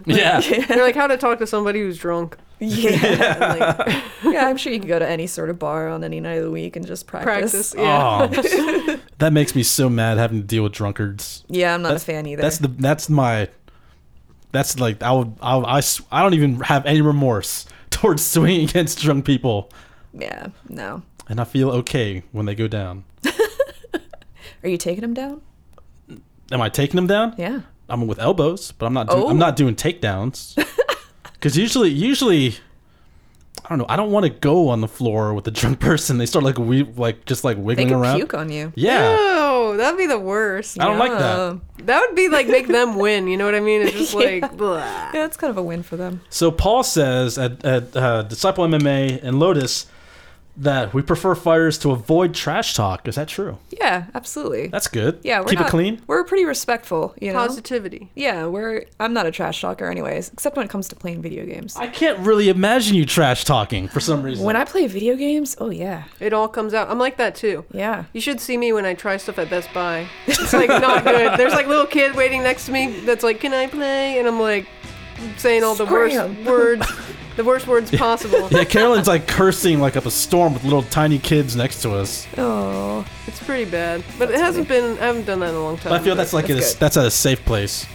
[SPEAKER 1] yeah.
[SPEAKER 2] They're like how to talk to somebody who's drunk.
[SPEAKER 3] Yeah.
[SPEAKER 2] Like,
[SPEAKER 3] yeah, I'm sure you can go to any sort of bar on any night of the week and just practice.
[SPEAKER 2] practice. Yeah.
[SPEAKER 1] Oh, that makes me so mad having to deal with drunkards.
[SPEAKER 3] Yeah, I'm not
[SPEAKER 1] That's-
[SPEAKER 3] a fan either.
[SPEAKER 1] That's the that's my that's like I would I would- I, s- I don't even have any remorse towards swinging against drunk people,
[SPEAKER 3] yeah, no.
[SPEAKER 1] and I feel okay when they go down.
[SPEAKER 3] Are you taking him down?
[SPEAKER 1] Am I taking them down?
[SPEAKER 3] Yeah.
[SPEAKER 1] I'm with elbows, but I'm not doing,
[SPEAKER 3] Oh.
[SPEAKER 1] I'm not doing takedowns. Because usually usually I don't know I don't want to go on the floor with a drunk person. They start like we like just like
[SPEAKER 3] They
[SPEAKER 1] wiggling
[SPEAKER 3] could
[SPEAKER 1] around.
[SPEAKER 3] puke on you.
[SPEAKER 1] Yeah,
[SPEAKER 2] Oh, that'd be the worst.
[SPEAKER 1] I don't like that.
[SPEAKER 3] Yeah.
[SPEAKER 2] That would be like make them win. You know what I mean? It's just like blah.
[SPEAKER 3] Yeah, it's kind of a win for them.
[SPEAKER 1] So Paul says at, at uh, Disciple MMA and Lotus that we prefer fighters to avoid trash talk. Is that true?
[SPEAKER 3] Yeah, absolutely.
[SPEAKER 1] That's good.
[SPEAKER 3] Yeah, we're
[SPEAKER 1] keep
[SPEAKER 3] not-
[SPEAKER 1] it clean.
[SPEAKER 3] We're pretty respectful, you know.
[SPEAKER 2] Positivity.
[SPEAKER 3] Yeah, we're. I'm not a trash talker, anyways, except when it comes to playing video games.
[SPEAKER 1] I can't really imagine you trash talking for some reason.
[SPEAKER 3] When I play video games, oh yeah,
[SPEAKER 2] It all comes out. I'm like that too.
[SPEAKER 3] yeah.
[SPEAKER 2] You should see me when I try stuff at Best Buy. It's like not good. There's like little kid waiting next to me that's like, "Can I play?" And I'm like saying all the
[SPEAKER 3] Scram.
[SPEAKER 2] worst words, the worst words possible.
[SPEAKER 1] yeah, Carolyn's like cursing like up a storm with little tiny kids next to us.
[SPEAKER 3] Oh,
[SPEAKER 2] It's pretty bad, but it hasn't been. I haven't done that in a long time.
[SPEAKER 1] But I feel that's like
[SPEAKER 3] That's
[SPEAKER 1] that's,
[SPEAKER 3] good.
[SPEAKER 1] that's at a safe place.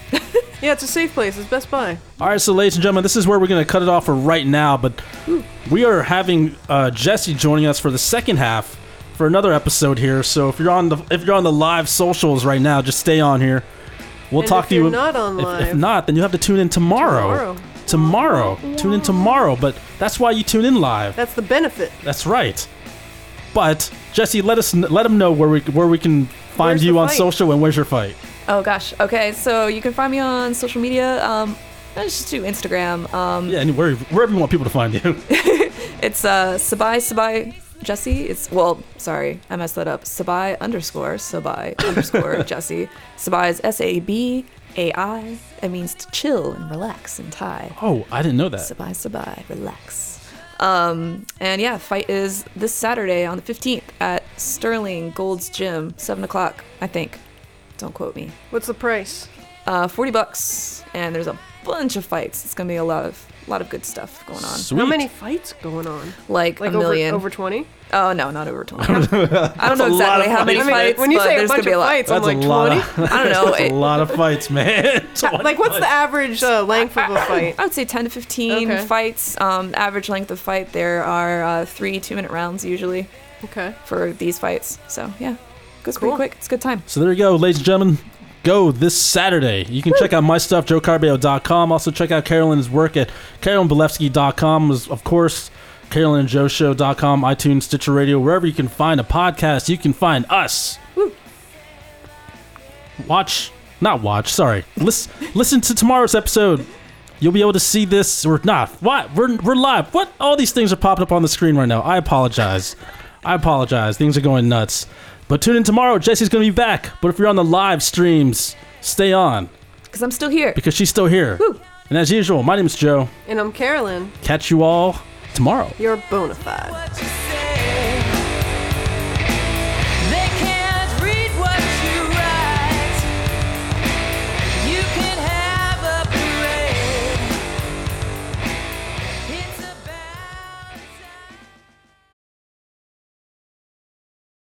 [SPEAKER 2] yeah, it's a safe place. It's Best Buy.
[SPEAKER 1] All right, so ladies and gentlemen, this is where we're going to cut it off for right now, but we are having uh, Jesse joining us for the second half for another episode here. So if you're on the if you're on the live socials right now, just stay on here. We'll
[SPEAKER 2] And
[SPEAKER 1] talk
[SPEAKER 2] if
[SPEAKER 1] to you.
[SPEAKER 2] you're not on
[SPEAKER 1] if, if
[SPEAKER 2] live-
[SPEAKER 1] not, then you have to tune in tomorrow. Tomorrow, tune in tomorrow. But that's why you tune in live.
[SPEAKER 2] That's the benefit.
[SPEAKER 1] That's right. But Jesse, let us kn- let them know where we where we can find
[SPEAKER 2] Where's
[SPEAKER 1] you
[SPEAKER 2] the
[SPEAKER 1] on
[SPEAKER 2] fight?
[SPEAKER 1] social and where's your fight.
[SPEAKER 3] oh gosh. Okay, so you can find me on social media. Um, I just do Instagram.
[SPEAKER 2] Mm.
[SPEAKER 3] Um,
[SPEAKER 1] Yeah, and where wherever you want people to find you.
[SPEAKER 3] it's uh Sabai Sabai Jesse. It's well, sorry, I messed that up. Sabai underscore Sabai underscore Jesse. Sabai is S A B A I. It means to chill and relax and Thai.
[SPEAKER 1] oh, I didn't know that.
[SPEAKER 3] Sabai, Sabai, relax. Um, and yeah, fight is this Saturday on the 15th at Sterling Gold's Gym, 7 o'clock, I think. Don't quote me.
[SPEAKER 2] What's the price?
[SPEAKER 3] Uh, 40 bucks, and there's a bunch of fights. It's gonna be a lot of lot of good stuff going on.
[SPEAKER 1] Sweet.
[SPEAKER 2] How many fights going on?
[SPEAKER 3] Like,
[SPEAKER 2] Like
[SPEAKER 3] a
[SPEAKER 2] over
[SPEAKER 3] million.
[SPEAKER 2] over twenty?
[SPEAKER 3] Oh no, not over 20. I don't
[SPEAKER 1] a
[SPEAKER 3] know
[SPEAKER 1] lot
[SPEAKER 3] exactly
[SPEAKER 1] of
[SPEAKER 3] how many
[SPEAKER 1] fights.
[SPEAKER 2] I mean,
[SPEAKER 3] fights,
[SPEAKER 2] when you
[SPEAKER 3] but
[SPEAKER 2] say a
[SPEAKER 3] there's gonna
[SPEAKER 2] bunch
[SPEAKER 3] be
[SPEAKER 2] of
[SPEAKER 3] a lot.
[SPEAKER 2] fights, I'm like
[SPEAKER 1] lot.
[SPEAKER 2] twenty.
[SPEAKER 1] Of,
[SPEAKER 3] I don't know.
[SPEAKER 1] that's
[SPEAKER 3] It-
[SPEAKER 1] a lot of fights, man.
[SPEAKER 2] Like, what's the average uh, length of a fight?
[SPEAKER 3] I would say 10 to 15
[SPEAKER 2] Okay.
[SPEAKER 3] fights. Um, average length of fight there are uh, three two minute rounds usually
[SPEAKER 2] Okay.
[SPEAKER 3] for these fights. So yeah, goes pretty
[SPEAKER 2] Cool.
[SPEAKER 3] quick. It's a good time.
[SPEAKER 1] So there you go, ladies and gentlemen. Go this Saturday. You can check out my stuff, joecarbio.com. Also, check out Carolyn's work at carolinbelefsky.com. Is, Of course, carolinandjoeshow.com, iTunes, Stitcher Radio, wherever you can find a podcast, you can find us. Watch, not watch, sorry. Listen, listen to tomorrow's episode. You'll be able to see this or not. What? We're, we're live. What? All these things are popping up on the screen right now. I apologize. I apologize. Things are going nuts. But tune in tomorrow. Jesse's going to be back. But if you're on the live streams, stay on
[SPEAKER 3] Because I'm still here.
[SPEAKER 1] because she's still here.
[SPEAKER 3] Woo.
[SPEAKER 1] And as usual, my name's Joe.
[SPEAKER 2] And I'm Carolyn.
[SPEAKER 1] Catch you all tomorrow.
[SPEAKER 2] You're bona fide.
[SPEAKER 4] what you say.